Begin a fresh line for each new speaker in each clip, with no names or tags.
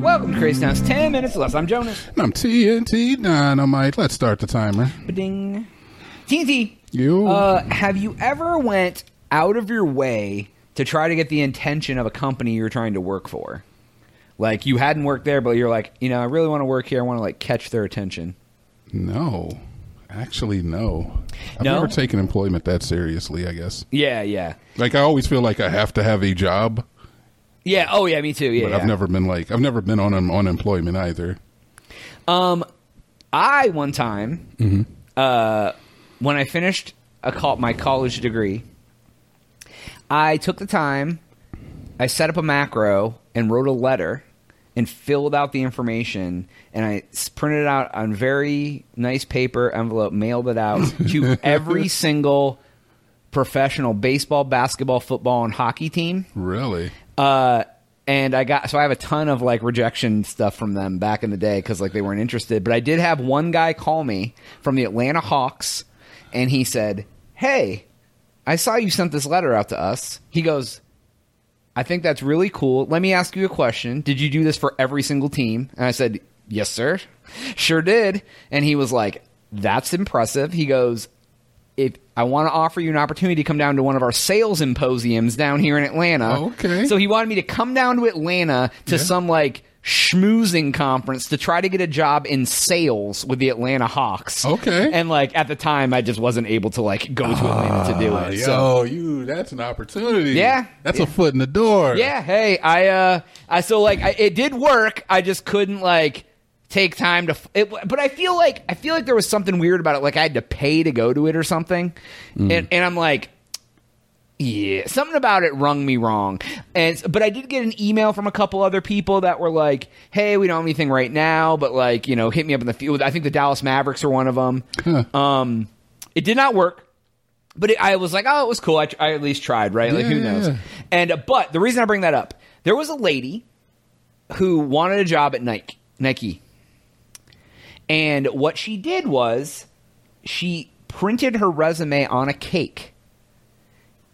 Welcome to Crazy Town's 10 Minutes Less. I'm Jonas.
I'm TNT Dynamite. Let's start the timer.
Ba-ding. TNT.
You.
Uh, have you ever went out of your way to try to get the intention of a company you're trying to work for? Like you hadn't worked there, but you're like, you know, I really want to work here. I want to like catch their attention.
no. Actually, no. I've
No?
never taken employment that seriously, I guess.
Yeah, yeah,
Like, I always feel like I have to have a job,
yeah. Oh yeah, me too. Yeah,
but I've
yeah.
never been like, I've never been on on unemployment either.
I one time, uh, when I finished a call, my college degree, I took the time, I set up a macro and wrote a letter and filled out the information and I s- printed it out on very nice paper envelope, mailed it out to every single professional baseball, basketball, football, and hockey team.
Really?
Uh, and I got so I have a ton of like rejection stuff from them back in the day because like they weren't interested. But I did have one guy call me from the Atlanta Hawks, and he said, "Hey, I saw you sent this letter out to us." He goes, "I think that's really cool. Let me ask you a question. Did you do this for every single team?" And I said, "Yes, sir. Sure did." And he was like, "That's impressive." He goes, if I want to offer you an opportunity to come down to one of our sales symposiums down here in Atlanta.
Okay.
So he wanted me to come down to Atlanta to some like schmoozing conference to try to get a job in sales with the Atlanta Hawks.
Okay.
And like at the time I just wasn't able to like go to Atlanta to do
Ah, Yo,
it. Uh, So
you, that's an opportunity.
Yeah.
That's a foot in the door.
yeah, hey, I uh I so like I, it did work. I just couldn't like take time to f- it, but I feel like I feel like there was something weird about it like I had to pay to go to it or something.
Mm.
And and I'm like yeah, something about it rung me wrong. And s- but I did get an email from a couple other people that were like, "Hey, we don't have anything right now, but like, you know, hit me up in the field." I think the Dallas Mavericks are one of them. Um, it did not work, but it, I was like, "Oh, it was cool. I, tr- I at least tried, right? Like, who
Yeah.
knows?" And uh, but the reason I bring that up, there was a lady who wanted a job at Nike. Nike. And what she did was she printed her resume on a cake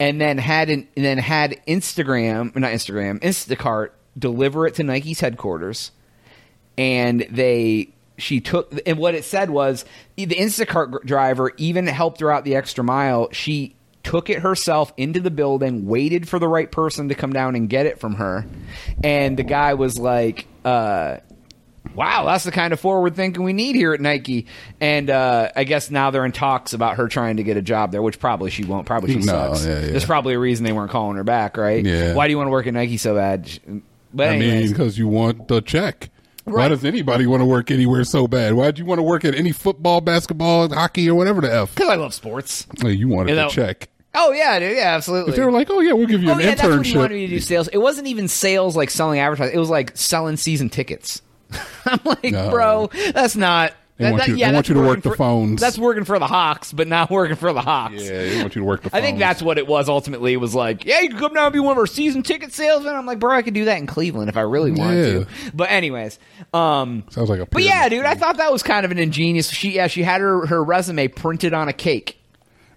and then had an, and then had Instagram, not Instagram, Instacart deliver it to Nike's headquarters and they she took and what it said was the Instacart driver even helped her out the extra mile. She took it herself into the building, waited for the right person to come down and get it from her, and the guy was like, uh, "Wow, that's the kind of forward thinking we need here at Nike." And uh, I guess now they're in talks about her trying to get a job there, which probably she won't. Probably she
No,
sucks.
yeah, yeah.
There's probably a reason they weren't calling her back, right?
Yeah.
Why do you want to work at Nike so bad? But
I mean,
anyways.
because you want the check.
Right.
Why does anybody want to work anywhere so bad? Why'd you want to work at any football, basketball, hockey, or whatever the F?
because I love sports.
Hey, You wanted
You know,
the check.
Oh yeah, dude, yeah, absolutely.
If they were like, oh, yeah, we'll give you
oh
an
yeah, that's what he
internship.
wanted me to do. Sales. It wasn't even sales like selling advertising. It was like selling season tickets. I'm like,
No.
bro, that's not.
They
that-
want
that-
you- they
yeah,
want
that's
you to work
working
the
for-
phones.
That's working for the Hawks, but not working for the Hawks.
Yeah, they want you to work the
I think
phones.
that's what it was ultimately. It was like, yeah, you can come down and be one of our season ticket salesmen. I'm like, bro, I could do that in Cleveland if I really wanted
Yeah.
to. But anyways, um,
Sounds like a
but yeah, dude, I thought that was kind of an ingenious. She yeah, she had her her resume printed on a cake.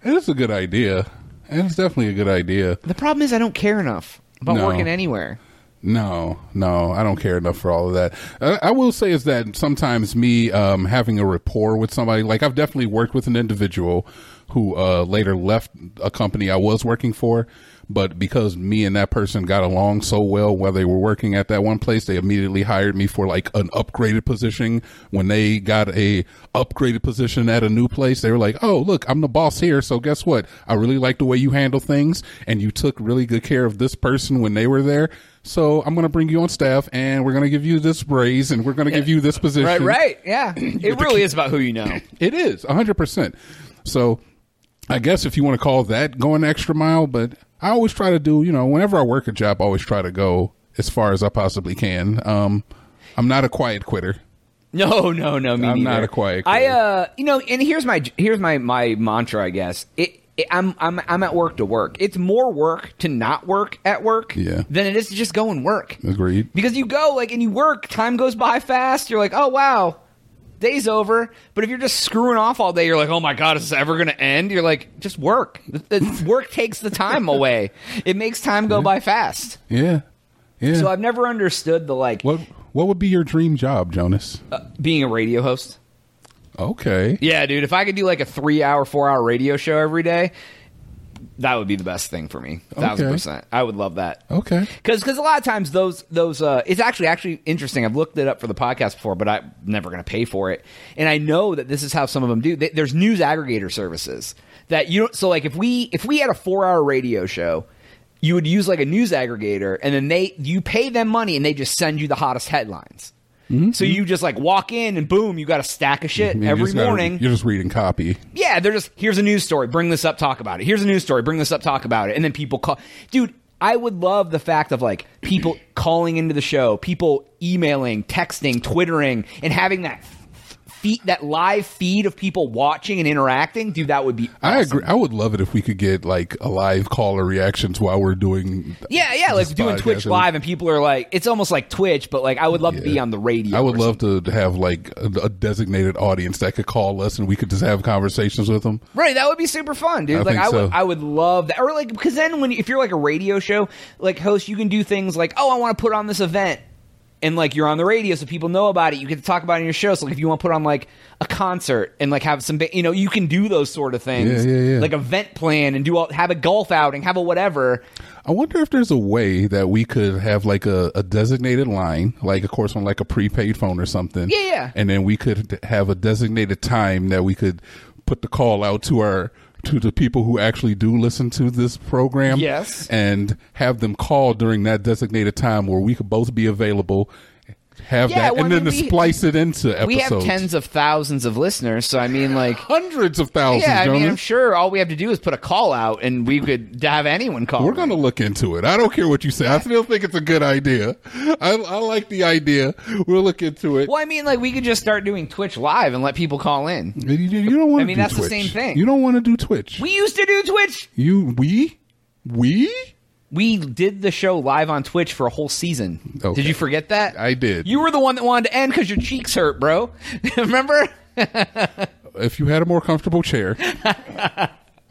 It is a good idea. It's definitely a good idea.
The problem is I don't care enough about
No.
working anywhere.
No, no, I don't care enough for all of that. I, I will say is that sometimes me um, having a rapport with somebody, like I've definitely worked with an individual who uh, later left a company I was working for, but because me and that person got along so well while they were working at that one place, they immediately hired me for like an upgraded position. When they got a upgraded position at a new place, they were like, "Oh, look, I'm the boss here, so guess what? I really like the way you handle things, and you took really good care of this person when they were there." So I'm going to bring you on staff, and we're going to give you this raise, and we're going to give you this position.
Right, right. Yeah. It really is about who you know.
It is 100. percent So I guess if you want to call that going the extra mile, but I always try to do. You know, whenever I work a job, I always try to go as far as I possibly can. Um, I'm not a quiet quitter.
No, no, no, me
I'm
neither.
not a quiet
I
kid.
uh you know, and here's my here's my my mantra, I guess. It, it I'm I'm I'm at work to work. It's more work to not work at work
Yeah.
than it is to just go and work.
Agreed.
Because you go like and you work, time goes by fast. You're like, "Oh wow. day's over. But if you're just screwing off all day, you're like, oh my god, is this ever going to end? You're like, just work. Th- th- work takes the time away. It makes time go by fast.
Yeah. Yeah.
So I've never understood the like uh,
what what would be your dream job, Jonas?
being a radio host.
okay.
Yeah, dude. If I could do like a three-hour, four-hour radio show every day, that would be the best thing for me. Thousand
Okay.
percent. I would love that.
Okay.
Because a lot of times those those uh, it's actually actually interesting. I've looked it up for the podcast before, but I'm never going to pay for it. And I know that this is how some of them do. Th- There's news aggregator services that you don't. So like if we if we had a four hour radio show, you would use like a news aggregator, and then they you pay them money, and they just send you the hottest headlines. So you just like walk in and boom, you got a stack of shit
Mm-hmm. You
every
just gotta-
morning.
you're just reading copy.
Yeah, they're just here's a news story, bring this up, talk about it. Here's a news story, bring this up, talk about it. And then people call Dude, I would love the fact of like people calling into the show, people emailing, texting, twittering and having that f- feed that live feed of people watching and interacting. Dude, that would be
I
awesome.
agree. I would love it if we could get like a live caller reactions while we're doing.
Yeah, yeah, like
this
doing
podcast.
Twitch live and people are like it's almost like Twitch, but like I would love to be
Yeah.
on the radio.
I would
or
love to have like a, a designated audience that could call us and we could just have conversations with them.
Right, that would be super fun, dude.
I
like
think
I would,
so.
I would love that. Or like because then when if you're like a radio show like host, you can do things like, oh, I want to put on this event, and like you're on the radio, so people know about it. You get to talk about it in your show. So like if you want to put on like a concert and like have some, ba- you know, you can do those sort of things,
Yeah, yeah, yeah.
like event plan and do all have a golf outing, have a whatever.
I wonder if there's a way that we could have like a, a designated line, like of course on like a prepaid phone or something.
Yeah, yeah.
And then we could have a designated time that we could put the call out to our to the people who actually do listen to this program.
Yes.
And have them call during that designated time where we could both be available. Have
Yeah,
that
well,
and
I
then
mean,
to
we-
splice it into episodes.
We have tens of thousands of listeners, so I mean, like.
hundreds of thousands,
Yeah, I mean,
Jonas.
I'm sure all we have to do is put a call out, and we could have anyone call.
We're going to look into it. I don't care what you say. I still think it's a good idea. I, I like the idea. We'll look into it.
Well, I mean, like we could just start doing Twitch live and let people call in.
You, you- you don't want.
I mean, that's the same thing.
You don't want to do Twitch.
We used to do Twitch.
you we we.
We did the show live on Twitch for a whole season.
Okay.
Did you forget that?
I did.
You were the one that wanted to end because your cheeks hurt, bro. Remember?
If you had a more comfortable chair,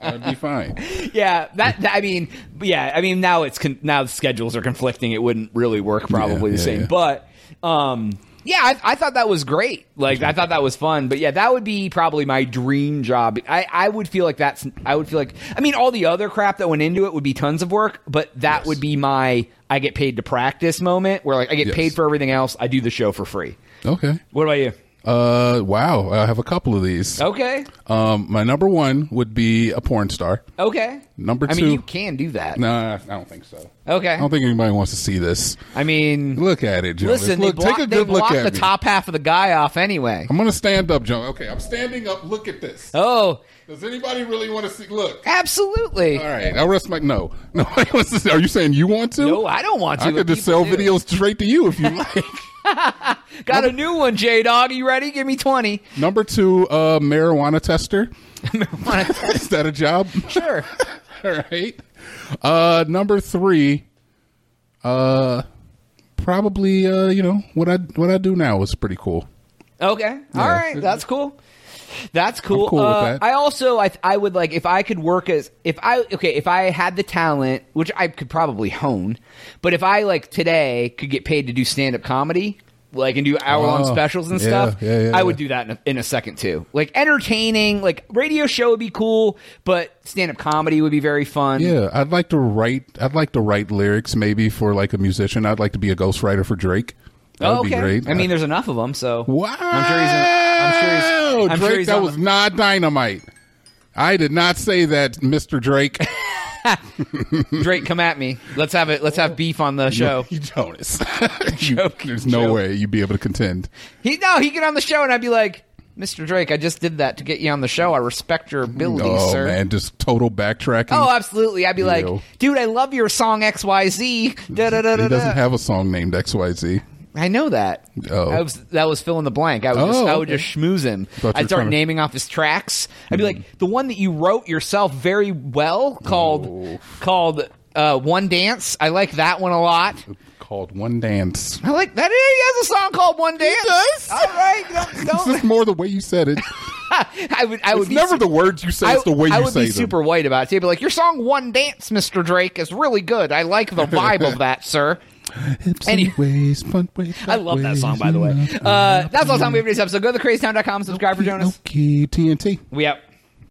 I'd be fine.
yeah, that, that- I mean, yeah, I mean now it's con- now the schedules are conflicting. It wouldn't really work probably
Yeah,
the
yeah,
same,
yeah.
but um, yeah, I, I thought that was great. Like I thought that was fun, but yeah, that would be probably my dream job. I I would feel like that's I would feel like I mean all the other crap that went into it would be tons of work, but that would be my I get paid to practice moment where like I get
Yes.
paid for everything else. I do the show for free.
Okay.
What about you?
Uh, wow. I have a couple of these.
Okay,
Um, my number one would be a porn star.
okay.
Number
I mean,
two.
you can do that.
Nah, I don't think so.
Okay.
I don't think anybody wants to see this.
I mean,
Look at it, Jonas.
Listen,
look,
they block,
take a
they
good look
blocked
at
the
me.
top half of the guy off anyway.
I'm gonna stand up, Jonas. Okay, I'm standing up. Look at this.
Oh,
Does anybody really want to see? Look.
absolutely.
All right, I'll rest my no. No, are you saying you want to?
No, I don't want to.
I could
but
just
people do.
sell videos straight to you if you like.
Got a new one, J Dog. You ready? Give me twenty.
Number two, uh, marijuana tester.
Marijuana-
Is that a job?
sure.
All right. Uh, number three, uh, probably uh, you know what I what I do now is pretty cool.
Okay. All
Yeah.
right. That's cool. That's cool.
cool with
Uh,
that.
I also I I would like if I could work as if I okay if I had the talent which I could probably hone, but if I like today could get paid to do stand up comedy like and do hour long
Oh,
specials and
yeah,
stuff,
yeah, yeah,
I would
yeah.
do that in a, in a second too. Like entertaining, like radio show would be cool, but stand up comedy would be very fun.
Yeah, I'd like to write. I'd like to write lyrics maybe for like a musician. I'd like to be a ghostwriter for Drake. That
Oh,
would
okay.
be great.
I mean, there's enough of them, so
Wow.
I'm sure he's. I'm sure he's. I'm
Drake,
sure he's
that
on
was
the-
not dynamite. I did not say that, Mr. Drake.
Drake, come at me. Let's have it. Let's have beef on the show.
You Jonas. You-
Joke,
there's no
joke.
way you'd be able to contend.
He no, he get on the show and I'd be like, Mr. Drake, I just did that to get you on the show. I respect your ability,
oh,
sir.
man. Just total backtracking.
Oh, absolutely. I'd be like,
Yo.
dude, I love your song XYZ. Da, da, da, da,
he doesn't
da.
have a song named XYZ.
I know that.
Oh.
I was, that was fill in the blank. I would, just,
Oh,
I would
okay.
just schmooze him.
thought you
I'd start
were trying to- Hmm.
naming off his tracks. I'd be like, the one that you wrote yourself very well called, called uh, One Dance. I like that one a lot.
called One Dance.
I like that. He has a song called One Dance.
does?
All right. Don't,
It's
don't.
just more the way you said it.
I would. I would
It's
be
never
su-
the words you say; it's the way
I
you
would
say
be
them.
super white about it. too. Be like, your song "One Dance, Mr. Drake" is really good. I like the vibe of that, sir.
Hips
Any-
and ways, front way,
I love that song, by the way. Uh, that's all the time we have for this episode. Go to thecrazytown.com. Subscribe for Jonas.
Okay, TNT.
We out.